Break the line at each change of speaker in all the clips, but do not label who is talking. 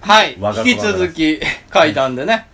はい。
我が子
引き続き、階段でね。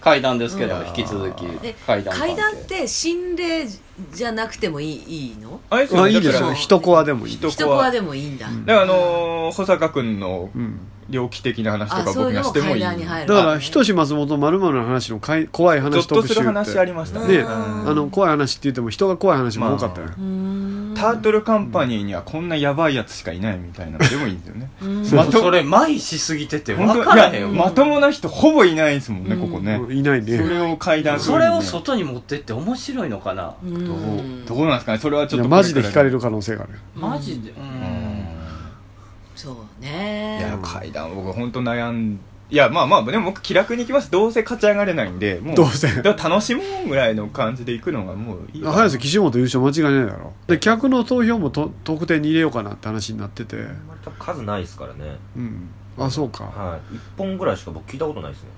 階段ですけど、
うん
引き続き
で、
階段関係。
階段って心霊じゃなくてもいいいいの
あれです
ま
よ
あ
ね
いいで
だ
す
から
よ一コアでもいい
一
です
一コアでもいいんだ、
だからあのー保坂君の
うん
猟奇的な話と
あ
か
そうい
僕
う
が
の
し
も
ても
階
いい
段に入
だ
る
からひとし松本まるの話のかい怖い
ゾッ
話
と
特
す
集
る
っ
話あり
て
ました
ね
ねうん
あの怖い話って言っても人が怖い話も多かったよ、
ま
うーん
タートルカンパニーにはこんなヤバいやつしかいないみたいなのでもいいんですよね
うん
まあ、それ、麻痺しすぎてて、
本
分
当
からへんよ。
いやまともな人ほぼいないですもんね、
うん
ここね
もういない
そ
ね
れを階段
それを
どう
外に持ってって面白いのかな。
うん
どうなんですかねそれはち
い
ょっ
や
と
マジで惹かれ
る
る可能性がある
マジで。う
うん
ん。
い
そうね
や階段僕本当悩んいやまあまあでも僕気楽に行きますどうせ勝ち上がれないんでもう
どうせ
だから楽しもうぐらいの感じで行くのがもういいかな
早瀬岸本優勝間違いないだろで客の投票もと得点に入れようかなって話になってて
あんまり多分数ないですからね
うんあそうか
はい1本ぐらいしか僕聞いたことないですね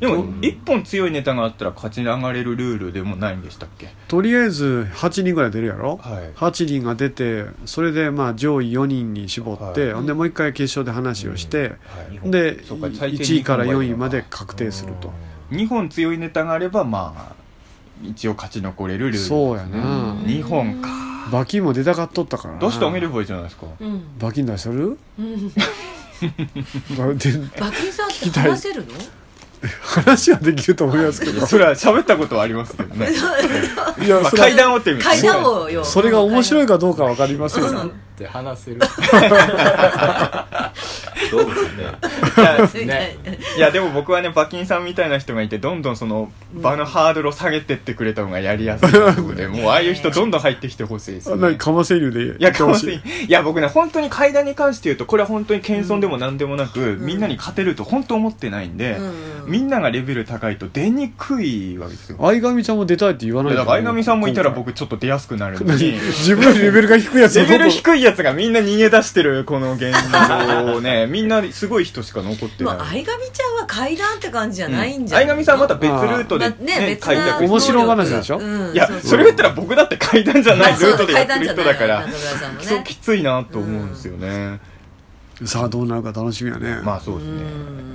でも一本強いネタがあったら勝ち上がれるルールでもないんでしたっけ
とりあえず8人ぐらい出るやろ
はい
8人が出てそれでまあ上位4人に絞って、
は
ほんでもう一回決勝で話をして、
はい
日本
で
そうか最低
1位から
二本
4
はいい
位
のか
まで確定すると
2本強いネタがあればまあ一応勝ち残れるルールですね
そうやな
2本か
馬金も出たかっとったからな
出してあげればいいじゃないですか
うん
馬金出しとる
うん
だって
馬琴さんって話せ るの
話はできると思いますけど
それは喋ったことはありますけどね
いや
まあ
それ
階段をってみ
階段をよ
それが面白
い
いかどうか分かりませんが
って話せる。
どうですね
ね
いやでも僕はね馬琴さんみたいな人がいてどんどんその場のハードルを下げてってくれた方がやりやすいと思うのでもうああいう人どんどん入ってきてほしいです、
あ
ね、
何かませ流で
いや、
か
か
ま
も
せ
しれん。いや、僕ね、本当に階段に関して言うと、これは本当に謙遜でも何でもなく、
うん
みんなに勝てると本当思ってないんで、み
みん
んながレベル高いと出にくいわけですよ。
相上ちゃんも出たいって言わない
だ
ん
から、
よ
相上さんもいたら僕ちょっと出やすくなるの
今回
に
何、自分よりレベルが低いや つ
レ
をど
ベ
んど
ル
ん
低いやつがみんな逃げ出してる、この現状をね、 みんなすごい人しか残って
でも
ない。
相上ちゃんは階段って感じじゃないんじゃ
相上さんまた別ルートで
だ
ね
ね別
開
な
拓
面白い
が
話でしょ
うん
いや
うう
それを言ったら僕だって階段じゃないルートでやってる人だか
あそう階段
ら
じゃない中村さんも
ク
ね
ソきついなと思うんですよね
さあどうなるか楽しみやね
まあそうですね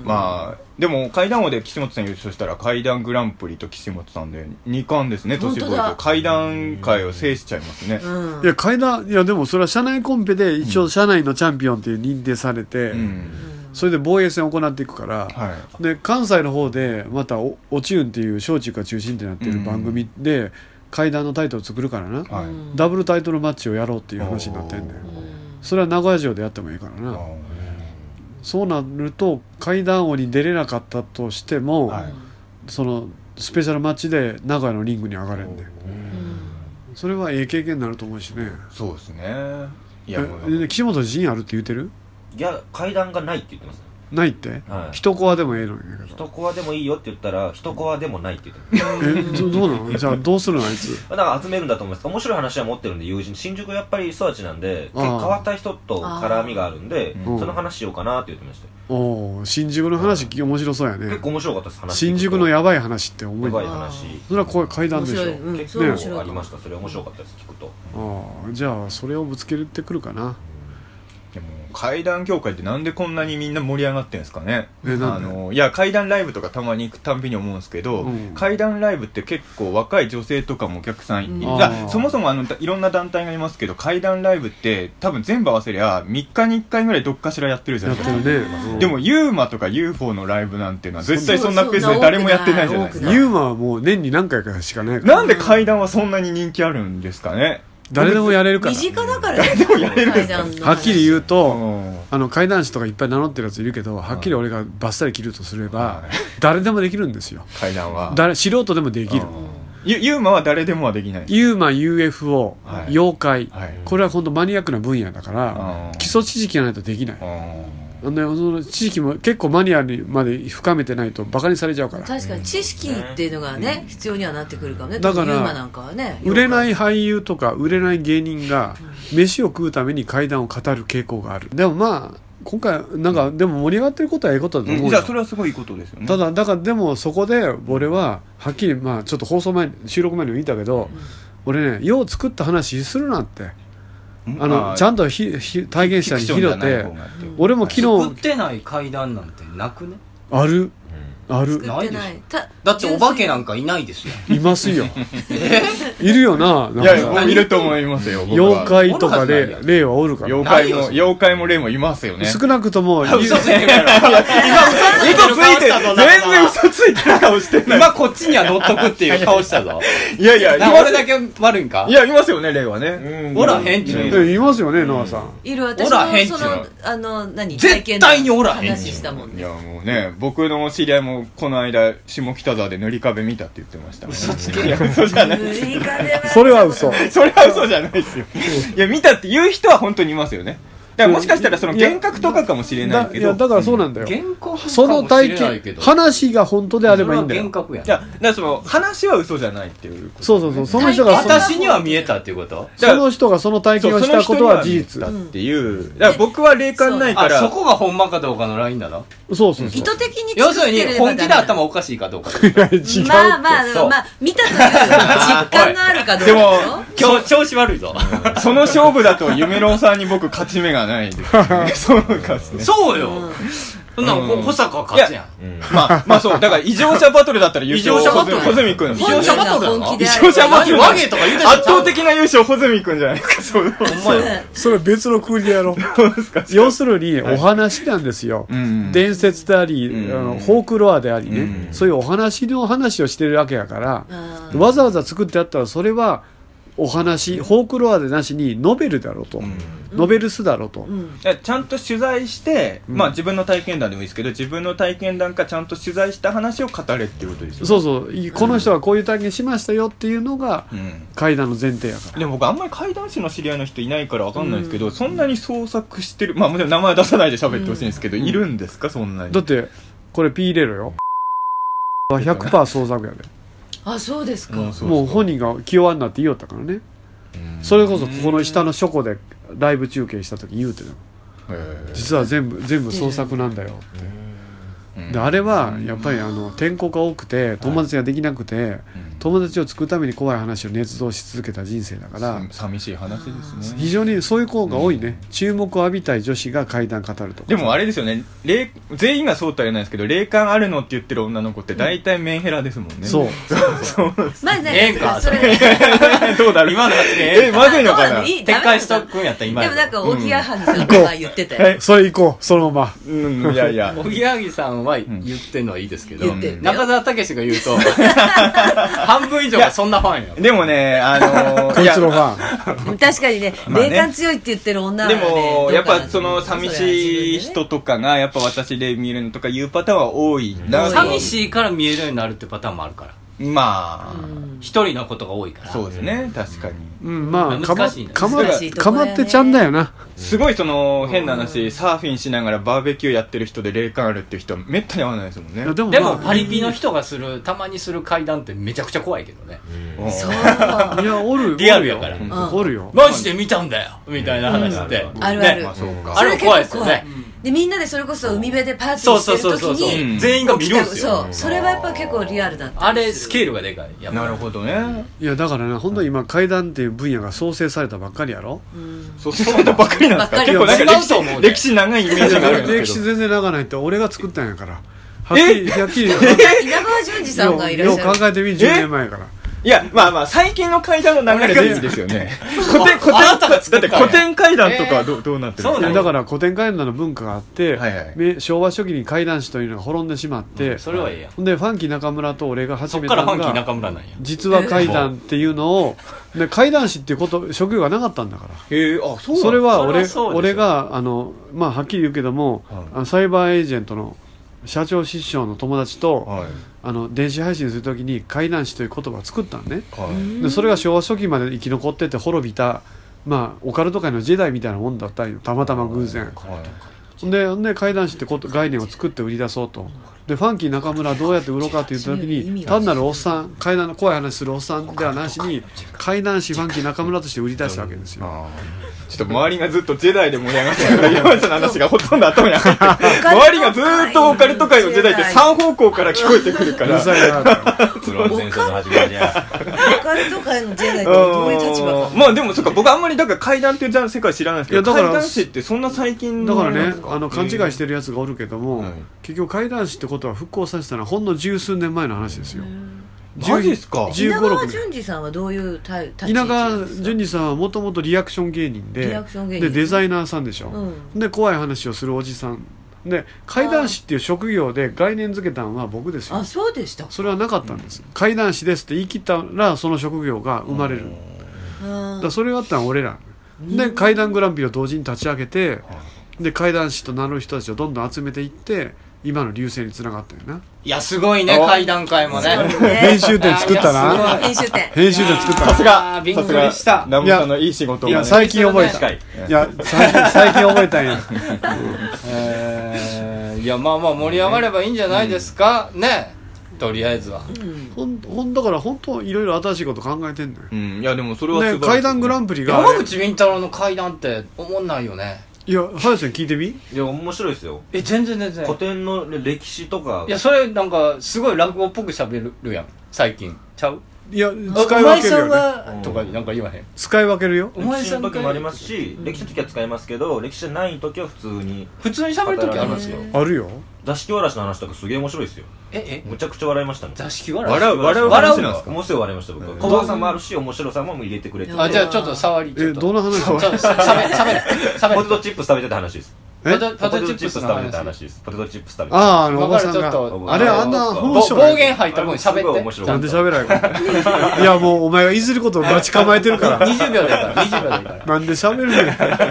うん
まあでも階段王で岸本さん優勝したら階段グランプリと岸本さんで2冠ですね
本
年
当だ
越えと階段界を制しちゃいますね
うん
いや階段いやでもそれは社内コンペで一
う
応
ん
社内のチャンピオンっていう認定されて、
うん
それで防衛戦を行っていくから、
はい
で関西の方でまたお「おちゅん」っていう小中華中心ってなってる番組で、階段のタイトル作るからな、
はい
うん
ダブルタイトルマッチをやろうっていう話になってんね
うんん
それは名古屋城でやってもいいから
あ
な、
ー
そうなると階段王に出れなかったとしても、
はい
そのスペシャルマッチで名古屋のリングに上がれんねんそれはええ経験になると思うしね
そうですねい
い
やもう
岸本自信あるって言うてる
いや階段がないって言ってますね
ないって、
はい
一コアでもええのにやけど
一コアでもいいよって言ったら一コアでもないって言ってます
えどどうなのじゃあどうするのあいつ
だから集めるんだと思います面白い話は持ってるんで友人新宿やっぱり育ちなんで結
あー
構変わった人と絡みがあるんで
あ
ー
その話しようかなって言ってましたよ
おお新宿の話き面白そうや
結
ね
構面白かったです話
新宿の
や
やばい話って思い
ばい
そ
話
れはこういう階段
面
でしょ
白いうん
結
それ面
構
白
あ
い
りましたそれ面白かったです聞くと
ああじゃあそれをぶつけてくるかな
でも階段業界ってなんでこんなにみんな盛り上がってんですかね
えな
あ
んで
のいや階段ライブとかたまに行くたんびに思うんですけど、
うん
階段ライブって結構若い女性とかもお客さんいる、
うん
い
あ
や
ー
そもそもあのだいろんな団体がいますけど階段ライブって多分全部合わせりゃ3日に1回ぐらいどっかしらやってるじゃな
や
い
っ
で
て
すか
るねうん
でもユーマとか UFO のライブなんていうのは絶対そんなペースで誰もやってないじゃないです
そうそう
か
ユーマはもう年に何回かしかないから
なんで階段はそんなに人気あるんですかね
誰でもやれるか
身
ら
近だからね
もやれるんで
階
すか
段の
はっきり言う
う
と
ん
あの怪談師とかいっぱい名乗ってるやついるけどはっきり俺がバッサリ切るとすれば誰でもできるんですよ
階段は
誰素人でもできる
うんユユーマは誰でもはできない
ユーマ UFO
はい
妖怪
はい
これは今度マニアックな分野だか
う
ら
ん
基礎知識がないとできない
うん
あのその知識も結構マニアにまで深めてないとバカにされちゃうから
確かに知識っていうのがね必要にはなってくるかもね
だから
特にユーマなんかはね
売れない俳優とか売れない芸人が飯を食うために怪談を語る傾向があるでもまあ今回なんかでも盛り上がってることはええことだと思う
じ
よ
ゃあそれはすごいいいことですよね
ただだからでもそこで俺ははっきりまあちょっと放送前に収録前にも言ったけど、俺ねよう作った話するなってあのちゃんとひひ体現したに拾って俺も昨
作っ
日
てない階段なんてなくね
あるあ
作
る
って
な
ないいた
だってお化けなん
か
かいないですよ
いますよいるよないなん
や、も
か
ういると思いますよ、僕は
妖怪とか
おる
で
はずない
霊はおるから
妖怪
ない
も、
よ
妖怪も霊もいますよね。
少なくともい
嘘ついてるから
嘘ついてる全然嘘ついてる顔 してない。
今こっちには乗っとくっていう顔したぞ
いやいや、い
な
ま
俺
す
だけ悪いんか
いや、いますよね、霊はね。
おらへんっちゅうの
でいますよねノアさん
いる私
おらへん
の
っちゅ
そうのあの何
絶対におらへんっちゅう
話したもん
い
ね
や、もうね、僕の知り合いも、この間、下北沢で塗り壁見たって言ってました。嘘つけ。いや、嘘じゃない。
無理かね
それは嘘
それは嘘じゃないですよ。いや、見たって言う人は本当にいますよね。だからもしかしたら、その幻覚とかかもしれない
だ
け
い
ど。
やだからそうなんだよ
幻覚かもしれないけど
その体験話が本当であればいいん
そ
だ
れは幻
よ
覚やん
いや、だからその、話は嘘じゃないっていうこと。
そうそうそうその人がその
私には見えたっていうこと
だか
そ
ら
の人がその体験をしたことは事実
だっていう。だから僕は霊感ないか
あ
ら。
そこがほんまかどうかのラインだな
そうそうそ
意
う
図的に
要す
作
る
っ
に
てれば
本気で
ダメ
頭おかしいかどうか
違う
まあまあ
そう
まあ見たという実感があるかどうか
でも
よ
今日調子悪いぞ
その勝負だと、ゆめろんさんに僕、勝ち目がない ですよね。そうかですね。
そうよ、そんなの
う
こ
ん
小坂勝つやん
まあ、まあそう。だから、異常者バトルだったら優勝。
異常者バトル
ホズミ君。
異常者バトルだな
本気であ
異
れば
常者バトル
和芸とか言うてたじゃん
圧倒的な優勝、ホズミ君じゃないですか、 そう。
ほんまよ
それ別の国で やろう
そうですか。
要するにお話なんですよ、
ん
伝説であり、
うん
あのフォークロアでありね、
うん
そういうお話の話をしてるわけやから、
うん
わざわざ作ってあったらそれはお話フォークロアでなしにノベルだろうと、ノベルスだろうと、
うん
いやちゃんと取材して、まあ自分の体験談でもいいですけど自分の体験談かちゃんと取材した話を語れっていうことですよ、
そううそういこの人はこういう体験しましたよっていうのが
うん、
階段の前提やから
でも僕あんまり怪談師の知り合いの人いないからわかんないですけど、そんなに創作してるまあもちろん名前出さないで喋ってほしいんですけど、いるんですかそんなに
だってこれ P 入れろよは100%創作やで
あそうですか
うんそうそう
もう本人が気弱になって言いよったからねそれこそここの下の書庫でライブ中継した時言うてたの
へー
実は全部全部創作なんだよって、であれはやっぱりあの転校が多くて友達ができなくて、友達を作るために怖い話を捏造し続けた人生だから、
さ寂しい話ですね
非常にそういう子が多いね、注目を浴びたい女子が怪談語るとか
でもあれですよね霊全員がそうとは言えないですけど霊感あるのって言ってる女の子って大体メンヘラですもんね、
そう
まあね
ええんか
それで
どうだろう
今の発言
えまずいのか
どうな
な
のいい
撤回しとくんやった
も
今の
なんかおぎやはぎさんとか言ってたよ
え それ行こうそのまま
うんいやい や
おぎやはぎさんは言ってんのはいいですけど、
言ってんだよ
中澤武史が言う と半分以上がそんなファンや
でもねあの ー
こいつの
い
フ
や
ァン
確かにね
まあね
霊感強いって言ってる女は
で
ね
も、やっぱその寂しい
ど
人とかが、やっぱ私で見るのとかいうパターンは多いな
ろ
と。
寂しいから見えるようになるってパターンもあるから
うかなんです
まあ、
一人のことが多いから
そうですね、確かに。
うんまあかま
難しいね
かま
難し
いと
か
こだ
ま
よね
ってちゃんだよな
すごいその、変な話、サーフィンしながらバーベキューやってる人で霊感あるっていう人はめったに合わないですもんね
いや。でも,、
でもパリピの人がするたまにする階段ってめちゃくちゃ怖いけどね
うん
うんそう
いやお る
リアルやから
おるよ,、
うん
おるよ
マジで見たんだよみたいな話って、
うん
あるある
ね
まあそうか。
あれは怖いですよね
でみんなでそれこそ海辺でパーティ
そ
ー
う
し
そう
て
そう
る
そう
時
そう、
に
ん
全員が見るんですよ
そうそれはやっぱ結構リアルだった
あれスケールがでかいやっぱ
なるほどね。
いやだからね本当に今怪談っていう分野が創生されたばっかりやろ
そうそうばっかりなんですか結
ば
構
っか
なんか
り
歴
違うと思う
史、
ね
歴史長いイメージがあるんで
歴
す
史
けど。
全然長ないって俺が作ったんやからはっきりはっきりよ
稲川淳二さんがいらっしゃ
よう
る
考えてみ10年前から
いや、まあまあ、最近の階段の流れがいいですよね。古典、古
あなたが
典、
作
だ
っ
ったて
んや
古典階段とかはどうどうなってるんで
そ
す
うな
か
ん
だから古典怪談の文化があって、
はいはい
め昭和初期に怪談師というのが滅んでしまって、
それはええやん
ほんでファンキー中村と俺が始
そっ
め
か
た
らファ
の
ンキー
が
中村なんや
実は怪談っていうのを、で怪談師っていうこと職業がなかったんだから
へえ、あ、そうなん
それは俺
それはそうでしょ
俺があの、まあ、はっきり言うけども、
はい
あのサイバーエージェントの社長師匠の友達と、
はい。
あの電子配信するときに怪談師という言葉を作ったのね
はい。
でそれが昭和初期まで生き残ってて滅びた、まあ、オカルト界のジェダイみたいなもんだったんよたまたま偶然。
はい。
でで怪談師ってこと概念を作って売り出そうとでファンキー中村どうやって売ろうかって言った時に単なるおっさん怪談怖い話するおっさんではなしに怪談師ファンキー中村として売り出したわけですよ
あーちょっと周りがずっとジェダイで盛り上がってるから山内さんの話がほとんど頭に入ってる周りがずっとオカルト界のジェダイって3方向から聞こえてくるか
う
ら
るさいなと
クローン戦争の始まりや
オカルト界のジェダイとどういう立場
あ
か
ーまあでもそっか僕あんまりだから階段っていうジャンル世界知らないですけど
いやだから
怪談師ってそんな最近
だ
の
から
なん
ね
です
あの勘違いしてるやつがおるけども、
はい
結局怪談師ってことは復興させたのはほんの十数年前の話ですよ、10
マジですか
10
稲
15
川
16
淳二さんはどういう立ち立ち位置
稲
な
川
んですか
淳二さんはもともとリアクション芸人で
リアクション芸人
でデザイナーさんでしょ、
う
で怖い話をするおじさんで怪談師っていう職業で概念づけたのは僕ですよ
あそうでした
それはなかったんです怪談師ですって言い切ったらその職業が生まれるだ
あ
からそれがあったのは俺らで怪談グランプリを同時に立ち上げてで怪談師と名乗る人たちをどんどん集めていって今の流星につながったよな、
いや、すごいね、
お
階段階もね。
編集点作った
いやすご
ない
編集点
編集点作った
さ
な
すが
びっくりした
ナムさんのいい仕事を
い
ね
や最近覚え
確か
た
に
いや最近最近覚えたんや
えーいや、まあまあ盛り上がればいいんじゃないですか、ね。とりあえずは。
ほんほんだから本当いろいろ新しいこと考えてんのよ
うんいやでもそれは
ね、階段グラ
ン
ンプリが
山口み太郎の階段って思んないよね。
いや林さん聞いてみ
いや面白いですよ
え、全然全然
古。典の歴史とか
いや、それなんか、すごい落語っぽく喋るやん、最近。ちゃう
いや
あ
使い分ける
お前
よね
さんは、とかなんか言わへん。
使い分けるよ
お
歴
前
史
さん
の
が
時もありますし歴史の時は使いますけど歴史じゃない時は普通に
普通に喋るときありますよ。
あるよ
座敷わらしの話とかすげえ面白いですよ
え、え、
むちゃくちゃ笑いましたもん
座敷わらし
笑う笑う
笑
話
う
なんですか
面白い笑いました僕は
うん
怖さもあるし面白さも入れてくれてて
あ、じゃあちょっと触り。ちょ
え
っと
どの話
ちょっと喋る、喋る、喋
ポ
る
テ。トチップス食べてた話です
え
ポテトポテ
ポテト
ト
チ
チッ
ップ
プ
ス
ス
食
の
べてた
話。
話ですポテトチップス食べてた
あああのおばさん
わかるちょっ
が
と
あれあんな
ぼ
本
ぼ
性
暴言吐いた分
すごい
喋
面
って。
白
な
かっ
ん
た
で喋らな いのいやもうお前がいずることを待ち構えてるから
20秒でいいから、20秒でいいから。
なんで喋るねん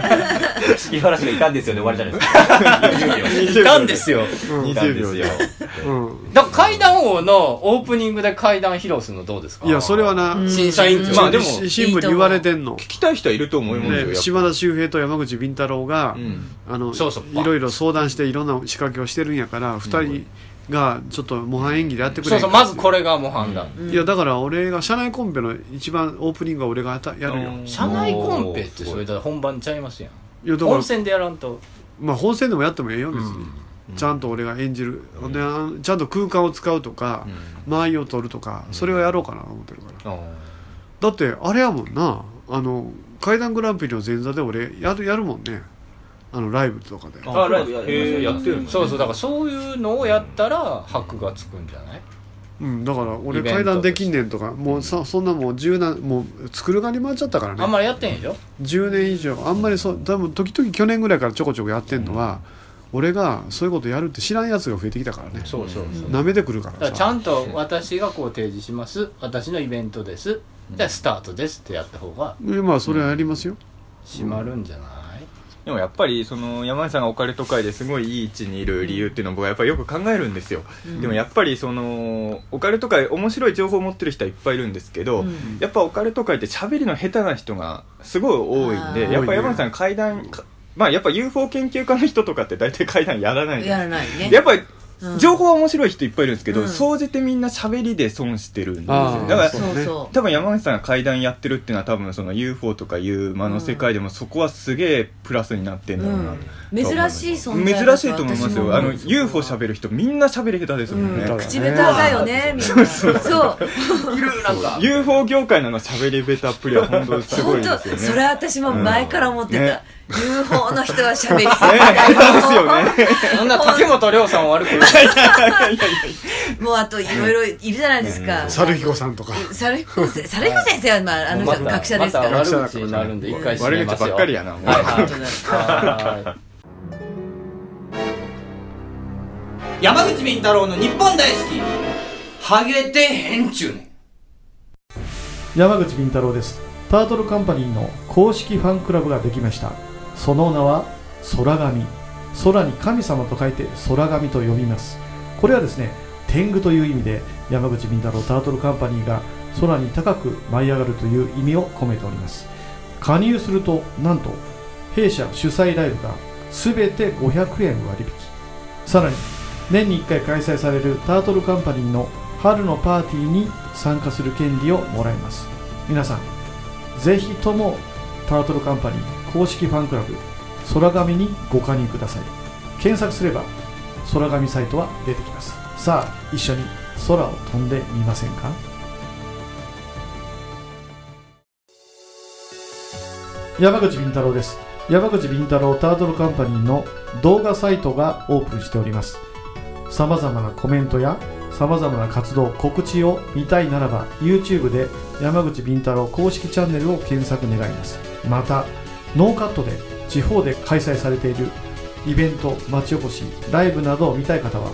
座敷わらしがいたんですよね終わりじゃないですかいやいやいや
いたんですよ。
いたん
20
ですよ
うん
だから階段王のオープニングで階段披露するのどうですか
いやそれはな
うん
審査委員長。
まあでも
し新聞に言われてんの
聞きたい人はいると思いますよやっぱ
ね島田秀平と山口敏太郎が
うん
あの
そうそう
いろいろ相談していろんな仕掛けをしてるんやから二人がちょっと模範演技でやってくれ
そう
へん
そ
か
う、まずこれが模範だ。
いやだから俺が社内コンペの一番オープニングは俺がやたやるよ
うん
社内コンペってそれだから本番ちゃいますやん。
いやだから
温泉でやらんと。
まあ本戦でもやってもええよ別に、ちゃんと俺が演じる、であんちゃんと空間を使うとか、間合いを取るとかそれをやろうかなと思ってるから、
あ
だってあれやもんなあの階段グランプリの前座で俺やるやるもんねあのライブとかで
ー
あライブや
へーやってるんですね
そうそう、だからそういうのをやったら、箔がつくんじゃない
うんだから俺
イベント
階段できんねんとかもうさそんなもう十何もう作る側に回っちゃったからね
あんまりやってんでしょ
10年以上あんまりそう多分時々去年ぐらいからちょこちょこやってんのは、俺がそういうことやるって知らんやつが増えてきたからね
そうそうそう。
舐めてくるか
だかららちゃ
さ
んと私がこう提示します。私のイベントです。じゃあスタートですってやった方が
でまあそれはやりますよ、
締まるん じゃない
でもやっぱりその山内さんがオカルト界ですごいいい位置にいる理由っていうのを僕はやっぱりよく考えるんですよ、でもやっぱりそのオカルト界面白い情報を持ってる人はいっぱいいるんですけど、
うん
やっぱオカルト界って喋りの下手な人がすごい多いん
あ
で
ー
やっぱ山内さん階段かまあやっぱ UFO 研究家の人とかって大体階段やらないじ
や
ゃない
らない
で
ね
すかやっぱり
うん
情報は面白い人いっぱいいるんですけど、
うん
総じてみんな喋りで損してるんですよ
あー
だから
そ
そう
ね
うそう
多分山口さんが怪談やってるっていうのは多分その UFO とかいう魔の世界でもそこはすげえプラスになってんだろう
珍
な、
しい存在
珍しいと思いますよあの UFO
る
喋る人みんな喋り下手ですもんね、
うん
口下手だよねみんなそう
いるなんか
UFO 業界のあの喋り下手っぷりは本当すごい
本
で
当
すよ
それ
ね
は私も前から思って
うん
た
ね
UFO の人は喋り
ね下手ですよね
そんな竹本涼さんを悪く 言う
もうあといろいろいるじゃないですか
猿彦さんとか
猿彦先生猿彦先生はまああの
ま
人
た
学者ですから
ま
本
た悪口になるんで一回閉
悪
めま
口
すよ
ばっかりやなもう
はいはい
当だ
山口敏太郎の日本大好きハゲてへんちゅうねん
山口敏太郎ですタートルカンパニーの公式ファンクラブができましたその名は空神空に神様と書いて空神と呼びますこれはですね天狗という意味で山口敏太郎タートルカンパニーが空に高く舞い上がるという意味を込めております加入するとなんと弊社主催ライブが全て500円割引さらに年に1回開催されるタートルカンパニーの春のパーティーに参加する権利をもらえます皆さんぜひともタートルカンパニー公式ファンクラブ空紙にご加入ください検索すれば空紙サイトは出てきますさあ一緒に空を飛んでみませんか山口敏太郎です山口敏太郎タートルカンパニーの動画サイトがオープンしておりますさまざまなコメントやさまざまな活動告知を見たいならば YouTube で山口敏太郎公式チャンネルを検索願いますまたノーカットで地方で開催されているイベント町おこしライブなどを見たい方は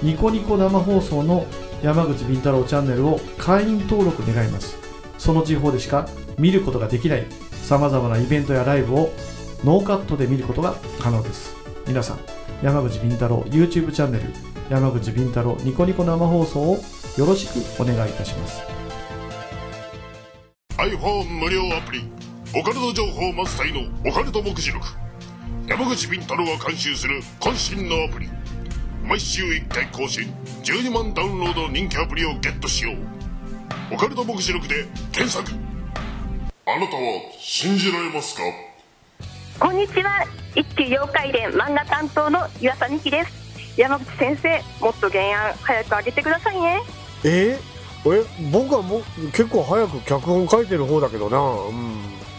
ニコニコ生放送の山口敏太郎チャンネルを会員登録願いますその地方でしか見ることができないさまざまなイベントやライブをノーカットで見ることが可能です皆さん山口敏太郎 YouTube チャンネル山口敏太郎ニコニコ生放送をよろしくお願いいたします
iPhone 無料アプリオカルト情報満載のオカルト目次録山口敏太郎が監修する渾身のアプリ毎週1回更新12万ダウンロードの人気アプリをゲットしようオカルト目次録で検索あなたは信じられますか
こんにちは一級妖怪伝漫画担当の岩佐美希です山口先生もっと原案早く上げてくださいね
ええ僕はもう結構早く脚本書いてる方だけどなうん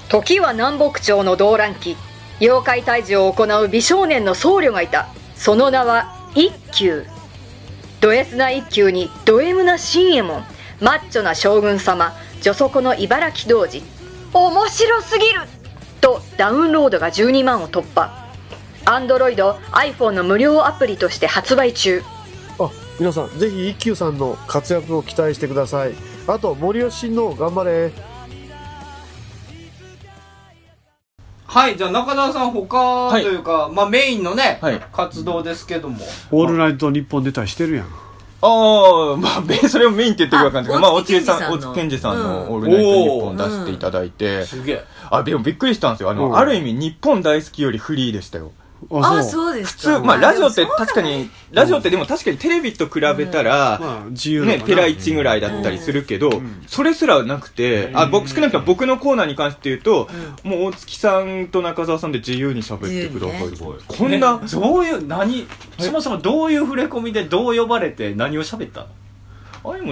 時は南北朝の動乱期妖怪退治を行う美少年の僧侶がいたその名は一休ド S な一休にド M な新右衛門マッチョな将軍様女底の茨城童子面白すぎるとダウンロードが12万を突破アンドロイド iPhone の無料アプリとして発売中
あ皆さんぜひ一休さんの活躍を期待してくださいあと森吉親王頑張れ
はい、じゃあ中澤さん他というか、まあメインのね、
はい
活動ですけども。
オールナイト日本出たりしてるやん
ああ、まあ、べ それをメインって言ってるわけなんですけど、ま
あ
あ、おつけさん、
大
お
月
つ
健二
けん
さ
さ
ん
ん
の
のオールナイト日本出していただいて、
すげえ。
あ、でもびっくりしたんですよ。あの、
うん
ある意味日本大好きよりフリーでしたよ。
あ
あう
そうで
普
すか
通、まあ、ラジオって
でもそう
確かに、ラジオってでも確かにテレビと比べたら、
まあ自由
ね
だか、ら
ペラ1ぐらいだったりするけど、
ん
それすらなくて、あ、僕、少なくとも僕のコーナーに関して言うと、もう大月さんと中澤さんで自由に喋ってください。
自由にね
こんな
ね、どういう何そもそもどういう触れ込みでどう呼ばれて何を喋ったの
あれも、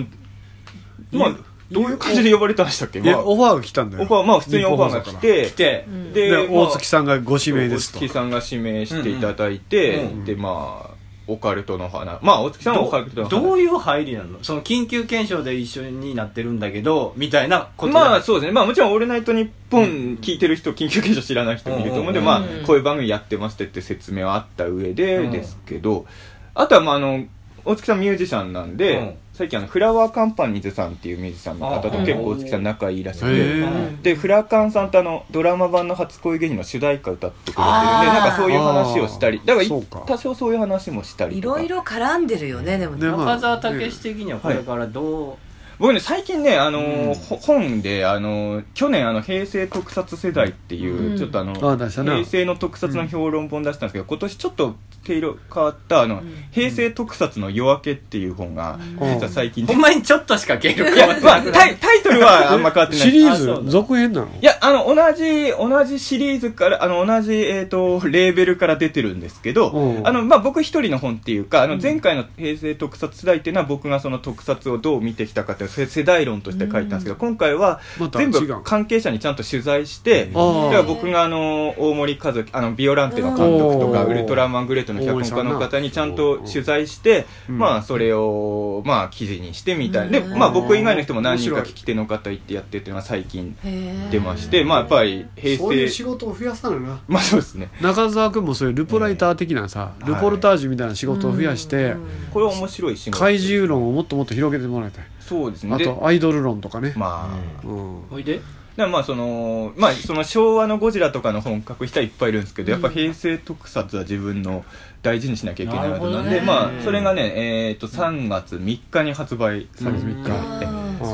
まあ、どういう感じで呼ばれたんでしたっけ
い
ま
や
あ、
オファーが来たんだよ
オファー、まあ普通にオファーが来て、
って、
で
で、
大月さんがご指名で
大
すと
月さんが指名していただいて、で、まあ、オカルトの花。まあ、大月さんはオカルトの花。
どういう入りなのその緊急検証で一緒になってるんだけどみたいなこと
まあ
あ
そうですね。まあもちろん、オールナイト日本聞いてる人、緊急検証知らない人もいると思うんで、まあ、こういう番組やってますってって説明はあった上でですけど、あとはまああの、大月さんミュージシャンなん
うん
で、最近あの、フラワーカンパニーズさんっていうミュージシャンの方と結構大月さん仲いいらしく
へ
て、
え
でフラカンさんとあのドラマ版の初恋芸人の主題歌歌ってくれてるんでなんかそういう話をしたりだからい
そうか
多少そういう話もしたり
い
とか
ろいろ絡んでるよねでも
ね
ね
まあ
中澤武史的にはこれからどう、
僕ね最近ねあのー、ほ本であのー去年あの平成特撮世代っていう、
うん
ちょっとあの
あ出したな
平成の特撮の評論本出したんですけど、今年ちょっと毛色変わったあの、平成特撮の夜明けっていう本が、実は最近
ほんまにちょっとしか経路
い
変
や
わってな
まあ
い
タイタイトルはあんま変わってない
シリ
あそ
ー
う
ズ
だ
続編なの
いや、あの、同じ、同じシリーズから、あの、同じ、えっ、と、レーベルから出てるんですけ
う
ど、
ん
あの、まあ、僕一人の本っていうか、あの、前回の平成特撮世代っていうのは僕がその特撮をどう見てきたかっていうせ世代論として書いたんですけど、今回は
ま、た違
全
う
部関係者にちゃんと取材して、だ
あー
から僕があの、大森和樹、あの、ビオランテの監督とか、
うん
ウルトラマングレートの脚本家の方にちゃんと取材して、
うん
まあ、それを、まあ、記事にしてみたいな。で、まあ、僕以外の人も何人か聞き手の方行ってやってっていうのは最近
へ
出まして、まあやっぱり平
そういう
成
仕、事を増やさないな
まあそうですね。
中澤君もそういうルポライター的なさ、
ええ
ルポルタージュみたいな仕事を増やして、
これは面白い仕事。
怪獣論をもっともっと広げてもらいたい
そうですね。
あ
で
とアイドル論とかね、
まあ、
うん、
ほいで
だからまあその、まあその昭和のゴジラとかの本格人はいっぱいいるんですけど、やっぱ平成特撮は自分の大事にしなきゃいけないなと
なるほど
なん
ね
で、まあそれがね、えっと3月3日に発売されてし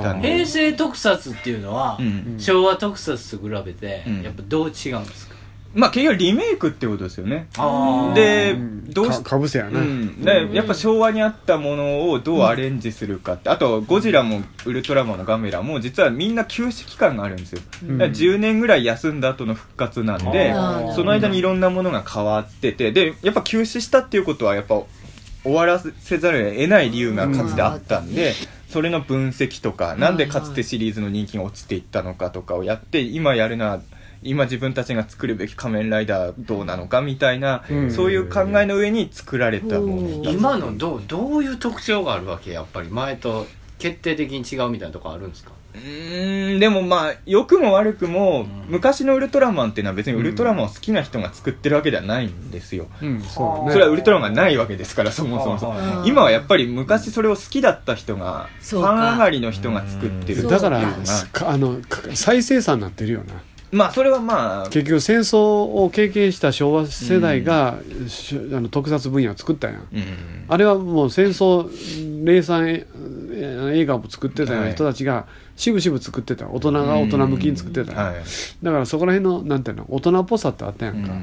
たんで、
平成特撮っていうのは、
うん
昭和特撮と比べて、
うん
やっぱどう違うんですか、
まあ結局リメイクってことですよね
あー
で
うん
どうし
かかぶせやな
うんでやっぱ昭和にあったものをどうアレンジするかってあとゴジラもウルトラマンのガメラも実はみんな休止期間があるんですよ、
うん
だから10年ぐらい休んだ後の復活なんで
あー
その間にいろんなものが変わっててでやっぱ休止したっていうことはやっぱ終わらせざるを得ない理由がかつてあったんで、それの分析とかなんでかつてシリーズの人気が落ちていったのかとかをやって今やるのは今自分たちが作るべき仮面ライダーどうなのかみたいな、
うん
そういう考えの上に作られたものだと
今のどうどういう特徴があるわけやっぱり前と決定的に違うみたいなとこあるんですか
うーんでもまあ良くも悪くも、昔のウルトラマンっていうのは別にウルトラマンを好きな人が作ってるわけではないんですよ、
うんそうだね
それはウルトラマンがないわけですからそもそもそ
は
も
いはいはい
今はやっぱり昔それを好きだった人がファ
そうか
ン上がりの人が作ってる
だから
っていうのが
か あのか再生産になってるよな
まあそれはまあ
結局戦争を経験した昭和世代が、しゅあの特撮分野を作ったやん、あれはもう戦争冷戦え映画を作ってたような人たちがしぶしぶ作ってた大人が大人向きに作ってたやん、だからそこら辺のなんていうの大人っぽさってあったやんか、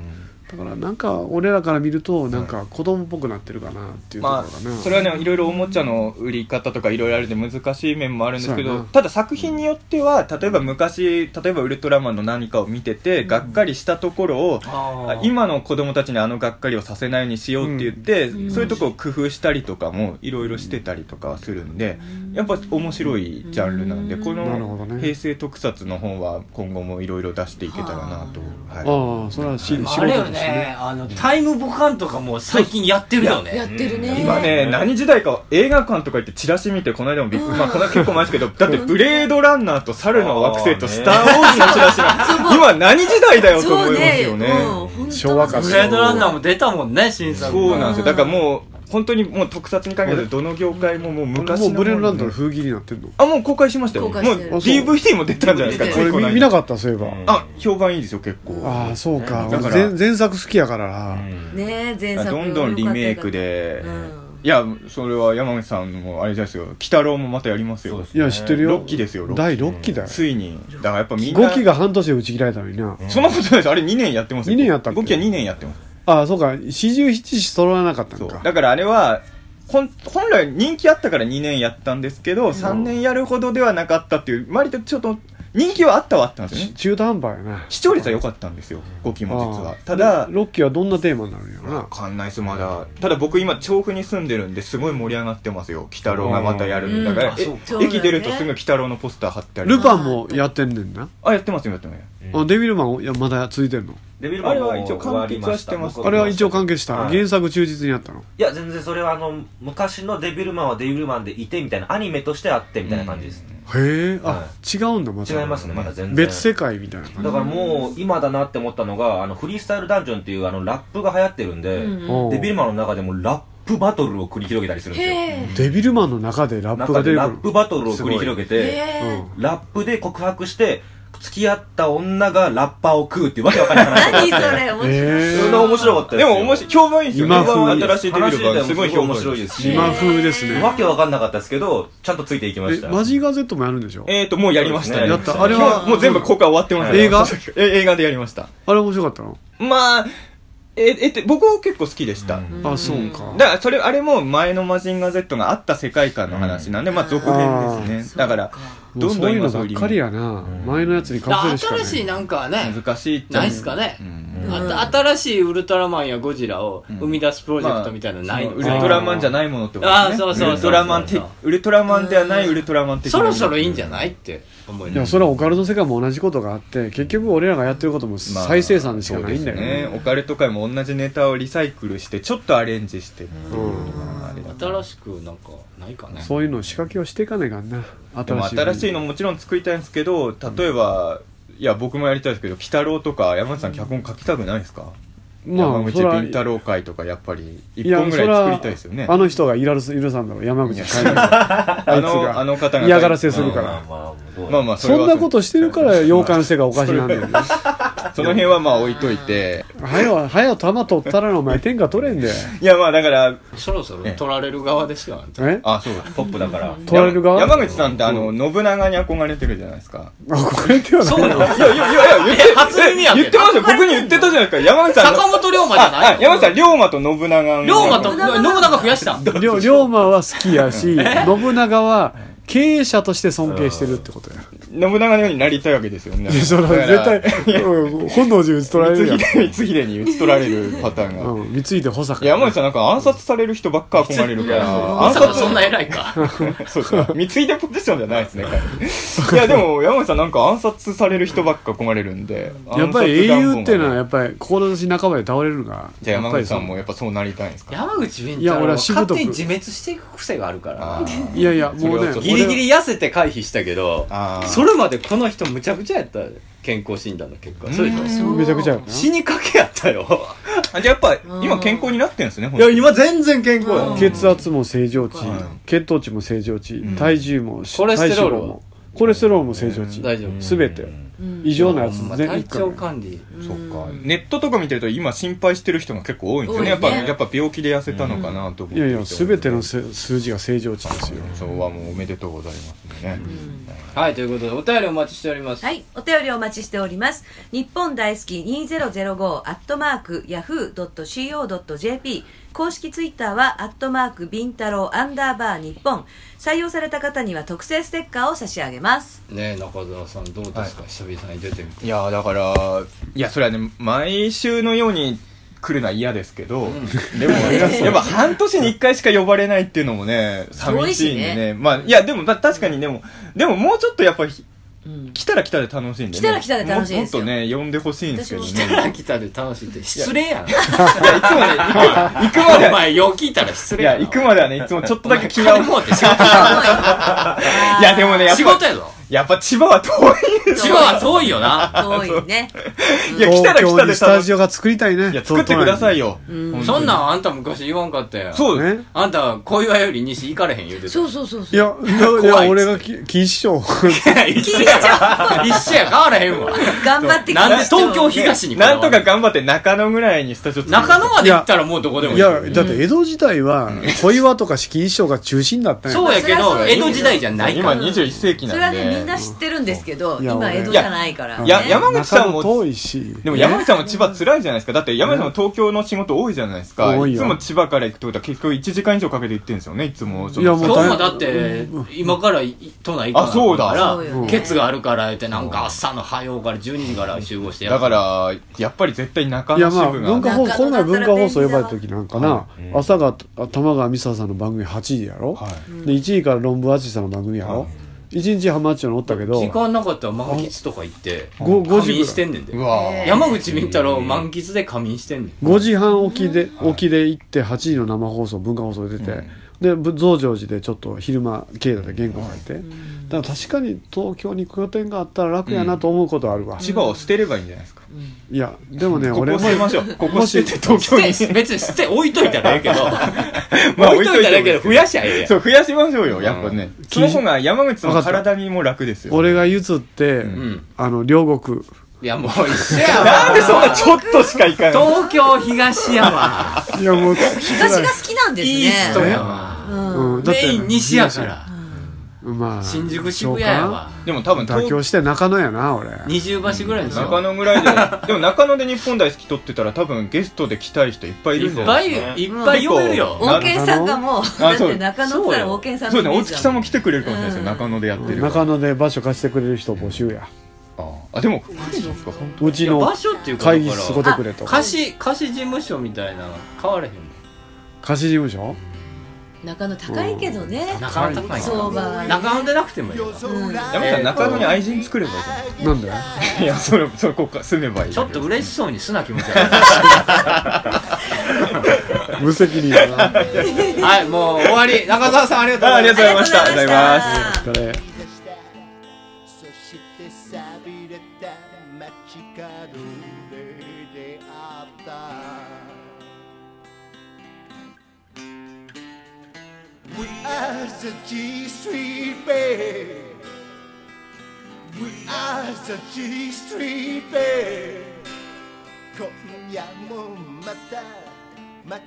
だからなんか俺らから見るとなんか子供っぽくなってるかなっていうとこ
ま
ろが
あ
な、
それはねいろいろおもちゃの売り方とかいろいろあるんで難しい面もあるんですけ
そう
ど
やな
ただ作品によっては例えば昔例えばウルトラマンの何かを見ててがっかりしたところをあ今の子供たちにあのがっかりをさせないようにしようって言って、
うん
そういうとこを工夫したりとかもいろいろしてたりとかはするんでやっぱ面白いジャンルなんでこ
なるほ
の
どね
平成特撮の本は今後もいろいろ出していけたらなと。はい
ああそれはし、仕
あ
事
れよ
として
ねあのタイムボカンとかも最近やってるよね
やってるね
今ね、何時代か映画館とか行ってチラシ見てこの間もびっくり、まあこの間結構前ですけ どだってブレードランナーと猿の惑星とスターウォーズのチラシが今何時代だよと思いますよね
昭和歌
ブレードランナーも出たもんね新作
そうなんですよだからもう本当にもう特撮に限らずどの業界ももう昔
も
の
うブレードランドの風切りになってるの
あもう公開しましたよ
公
もう
開してる
DVD も出たんじゃないです
こ
か
れ見見なかったそういえば、
あ評判いいですよ結構
ああそうか
だから
前前作好きやからな、
ねえ前作
どんどんリメイクで、いやそれは山口さんもあれですよ鬼太郎もまたやりますよ
いや知ってるよ
6期ですよ六期
第6期だよ
ついにだからやっぱみんな
5期が半年で打ち切られたのにな、
そんなことないですあれ2年やってますよ
2年やったっけ
5期は2年やってます
ああそうか四十七士揃わなかったのか
だからあれはほん本来人気あったから2年やったんですけど3年やるほどではなかったっていう割とちょっと人気はあったはあったんですよね
中途半端やな
視聴率は良かったんですよ5期も実は
ああ
ただ
で6期はどんなテーマになるんやろな
わかんないですまだただ僕今調布に住んでるんですごい盛り上がってますよ鬼太郎がまたや
う
る
ん
だから、
うん
え
あそうか
駅出るとすぐ鬼太郎のポスター貼ってある
ルパンもやってんねんな
あやってますよやってますよ
あデビルマンいやまだ続いてんの
デビルマ
あ
ン
れ
も
は一応完結はしてます
あれは一応完結した、
はい
原作忠実にやったの
いや全然それはあの昔のデビルマンはデビルマンでいてみたいなアニメとしてあってみたいな感じです、
へえあ、違うんだまた
違いますねまだ全然
別世界みたいな感じ
だからもう今だなって思ったのがあのフリースタイルダンジョンっていうあのラップが流行ってるんで、
うんうん
デビルマンの中でもラップバトルを繰り広げたりするんですよ
デビルマンの中でラッ
中
プが出
で
て
ラ
く
ッ
る
プバトルを繰り広げ
すごい
て
へー、
ラップで告白して、付き合った女がラッパーを食うっていうわけわからない話。
何そ れ面白い
え
そんな面白かったですよ。
でも面白い評判いいですよね
今風
新しいデビルマンすごい評判いい
面白いですし。
今風ですね
わけわかんなかったですけど、ちゃんとついていきました。
マジガゼットもやるんでしょ
えっ、ともうやりましたね
やったあれは
もう全部公開終わってます
映 画
え映画でやりました
あれ面白かったの
まあええって僕は結構好きでした、
あそうか
だからそれあれも前の「マジンガー Z」があった世界観の話なんで、まあ続編ですねだから
もう
どん
そ
ど
うんいう
今
のばっ
リメイク
かりやな、前のやつにかぶせるしかない
新しいなんかはね
難しいっちゃ
ないっすかね、あと新しいウルトラマンやゴジラを生み出すプロジェクトみたいなのないの、
まあそのウルトラマンじゃないものってこと
あ
で
あ
すね
そうそうそう
ウルトラマン的ウルトラマンではないウルトラマン的な
そろそろいいんじゃないって思い
いやそれはオカルト世界も同じことがあって結局俺らがやってることも
まあ
再生産でしかないんだよ
そうで
ね,、
すねオカルト界も同じネタをリサイクルしてちょっとアレンジして
新しくなんかないかね
そういうのを仕掛けをしていかないかんな
でも新しいのもちろん作りたいんですけど例えばいや僕もやりたいですけど鬼太郎とか山口さん脚本書きたくないですか
まあ
山口
それは
敏太郎会とかやっぱり
い
一
や
本ぐらい
それは
作りたいですよね
あの人がいらるす許さんだろう山口海
あ
あいつ
の
が
あの方が
嫌がらせするから
まあまあまあまあまあ
そんなこととしてるから洋館世がおかしなんだよね
その辺はまあ置いといて
はよはよ玉取ったらお前天下取れ んで
いやまあだから
そろそろ取られる側ですよ
え
あそうトップだから
取られる側
山口さんってあの信長に憧れてるじゃないですか
憧れてはない
いやいやいや言って
え初耳やけ
言っ
ど
てましたよ僕に言ってたじゃないですか山口さんの
坂本龍馬じゃない
ああ山口さん龍馬と信長
龍馬と信長増やした
龍 龍馬は好き やし信長は経営者として尊敬してるってことや
信長のようになりたいわけですよね
いやそれは絶対うん本能寺打ち取られるやん
光秀 光秀に打ち取られるパターンが
うん光秀保坂
山口さんなんか暗殺される人ばっか憧れるから
ま
暗
さか
殺
そんな偉いか
そうそう貢いでポジションじゃないですね彼いやでも山口さんなんか暗殺される人ばっか憧れるんで
やっぱり英雄っていうの
暗殺願望
は
が
やっぱり志半ばで倒れるが
じゃあ山口さん
やっぱり
もやっぱそうなりたいんですか
山口敏
いや
太郎
俺
は
はしぶ
勝
とく
手に自滅していく癖があるから
そういやいやもうね
ギリギリ痩せて回避したけどそれまでこの人むちゃくちゃやった健康診断の結果それでしょ
めちゃくちゃ
死にかけやったよ
じゃあやっぱ今健康になってんですね
ん
いや今全然健康や
血圧も正常値血糖値も正常値体重も
コレステロールは
体脂肪もコレステロールも正常値
大丈夫
全て異常なやつ
まあ
全
体調
管理
そっかネットとか見てると今心配してる人が結構多いんですよねやっぱ
多いね
やっぱ病気で痩せたのかなと思って
いやいや全てのせ数字が正常値ですよ
そはもうおめでとうございますね
はいということでお便りお待ちしております
はい、お便りお待ちしております。日本大好き2005アットマーク yahoo.co.jp 公式ツイッターはアットマークビンタロウアンダーバー日本採用された方には特製ステッカーを差し上げます。
ねえ中澤さんどうですか久々に出てみて
いやーだからいやそれはね毎週のように来るのは嫌ですけど、でもやっぱ半年に1回しか呼ばれないっていうのもね寂しいん
遠い
で
し
ね
ね
まあいやでもた確かにでもでももうちょっとやっぱひ、来たら来たで楽しいんで、ね、
来たら来たで楽しいですよ
ももっとね呼んでほしいんですけどね
私も来たら来たで楽しいって失礼やん
いやいつもね行く行くまで
お前よう聞いたら失
い
礼
や
やな
行くまではねいつもちょっとだけ気が
お前金持って仕事
いやでもねやっぱ
仕事やぞ
やっぱ千葉は遠い
千葉は遠いよな
遠いね
いや来たら来たで
東京にスタジオが作りたいね
作ってくださいよ
そんなんあんた昔言わんかったやん
そう
ね
あんた小岩より西行かれへん言うてた
そうそうそう
いや いや俺がき金師匠
一緒や一緒や変わらへんわ
頑張って
なんで東京東にこだわ
な
る
んとか頑張って中野ぐらいにスタジオ
中野まで行ったらもうどこでもい
い
い
やだって江戸時代は小岩とか式衣装が中心だったん
そうやけど江戸時代じゃないから
今21世紀
それは
なん
ねみん
で
な知ってるんですけど
いや
今
俺
江戸じゃないから、ね、
いや山口さんも
遠いし
でも山口さんも千葉辛いじゃないですかだって山口さんも東京の仕事多いじゃないですか
多い
い
よ
つも千葉から行くってことは結局1時間以上かけて行ってるんですよねいつも
今日もだ
て
って今からい都内行く
あそうだそうよ
ら
ね
ケツがあるから言ってなんか朝の早うから12時から集合してや
だ
る
からやっぱり絶対中
いや
野支
まあ
部が
文化放送この前文化放送呼ばれた時なんかな、朝があ玉川美沙さんの番組8時やろ、で1時から論文淳さんの番組やろ、一1日ハマっちゃうのおったけど
時間なかったら満喫とか行って
ご
仮
ご時分
眠してんねんで
うわー
山口み太郎満喫で仮眠してんねん
5時半起きで、起きで行って8時の生放送文化放送出て、でぶ増上寺でちょっと昼間経路で原稿書いて、だから確かに東京に拠点があったら楽やなと思うことあるわ、
千葉を捨てればいいんじゃないですか
いやでもね
ここ
俺も
捨てましょうここ捨てて
も
東
し
京に
捨て別に捨て置いといたらええけど置いと
も
いたらええけど増やしゃええやん
そう増やしましょうよやっぱねその方が山口さんの体にも楽ですよ
俺が譲って、あの両国
いやもう一緒やわ
なんでそんなちょっとしか行かないの
東京東やわ
いやもう
東が好きなんですね
いい人やわ
うんだって
メイン西やから
まあ
新宿渋谷やわ
でも多分東
妥協して中野やな俺
二重橋ぐらいでしょ
中野ぐらい ででも中野で日本大好き撮ってたら多分ゲストで来たい人いっぱいいるんじゃないですかね
いっぱいいっぱい呼べるよ
王健さんがもうだ
あ
っ
そう
て中野って言ったら王健さん
そ
の
う
イ
で
メ
す
ージ
ね大月
だ
さ
も
ん
ん
も来てくれるかもしれないですよ中野でやってる
中野で場所貸してくれる人募集や
あでもそうか本
うちの
いや場所っていうか
会議室ごてくれと
あ貸し貸し事務所みたいなの変われへんもん
貸し事務所
中野高いけどね
中野高い
相場がね
中野でなくてもいいよ
当山口さん中野に愛人作ればいい
なんで
いやそれそこか住めばいい
ちょっと嬉しそうにすな気持ち悪
無責任やな あ
いはいもう終わり中澤さんありがとうございます
ありがとうございましたありがとうございます
お疲れ
そして寂れた街角で出会った「We are the G Street Band」「
We are the G Street Band 今夜もまた街が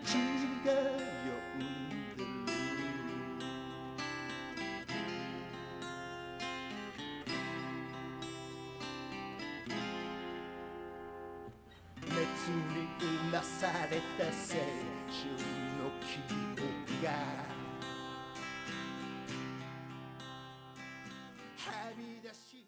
呼んでる熱にうなされた青春の記憶がはみ出し